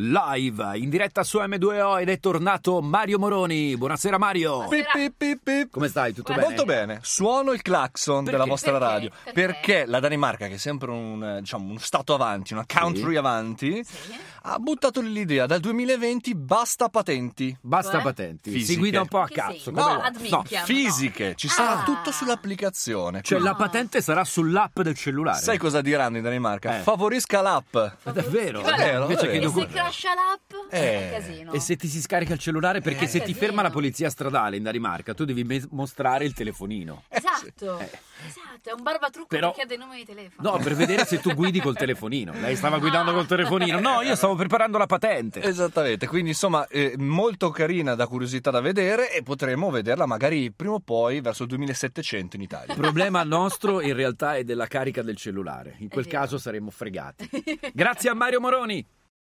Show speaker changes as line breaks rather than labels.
Live in diretta su M2O ed è tornato Mario Moroni. Buonasera Mario.
Pip, pip, pip, pip.
Come stai? Tutto
Guarda-
bene?
Molto bene, suono il clacson
Perché?
della vostra
Perché?
radio
Perché?
la Danimarca, che è sempre un, eh, diciamo, un stato avanti, una country
Sì.
avanti,
Sì. eh,
ha buttato lì l'idea dal 2020 basta patenti.
Basta
Cioè?
patenti. Si
Fisiche.
guida un po' a
Che
cazzo.
sei?
come
No,
no?
ad
No.
minchia. Chiaro,
Fisiche, ci
no.
sarà
Ah.
tutto sull'applicazione.
Cioè
Quindi,
la patente sarà sull'app del cellulare.
Sai cosa diranno in Danimarca?
Eh.
Favorisca l'app.
Ma davvero?
Guarda,
Davvero,
Invece
davvero.
che
E se
docu-
crasha l'app è un
Eh,
casino.
E se ti si scarica il cellulare perché
Eh.
se ti
Casino.
ferma la polizia stradale in Danimarca tu devi me- mostrare il telefonino.
Esatto,
Eh.
esatto, è un barbatrucco
Però-
perché ha dei numeri di telefono.
No, per vedere se tu guidi col telefonino. Lei stava guidando col telefonino. No, io stavo preparando la
Eh,
patente.
Esattamente, quindi insomma eh, molto carina da curiosità da vedere e potremo vederla magari prima o poi verso il 2700 in Italia.
Il problema nostro in realtà è della carica del cellulare. In quel
vero.
caso saremmo fregati. Grazie a Mario Moroni.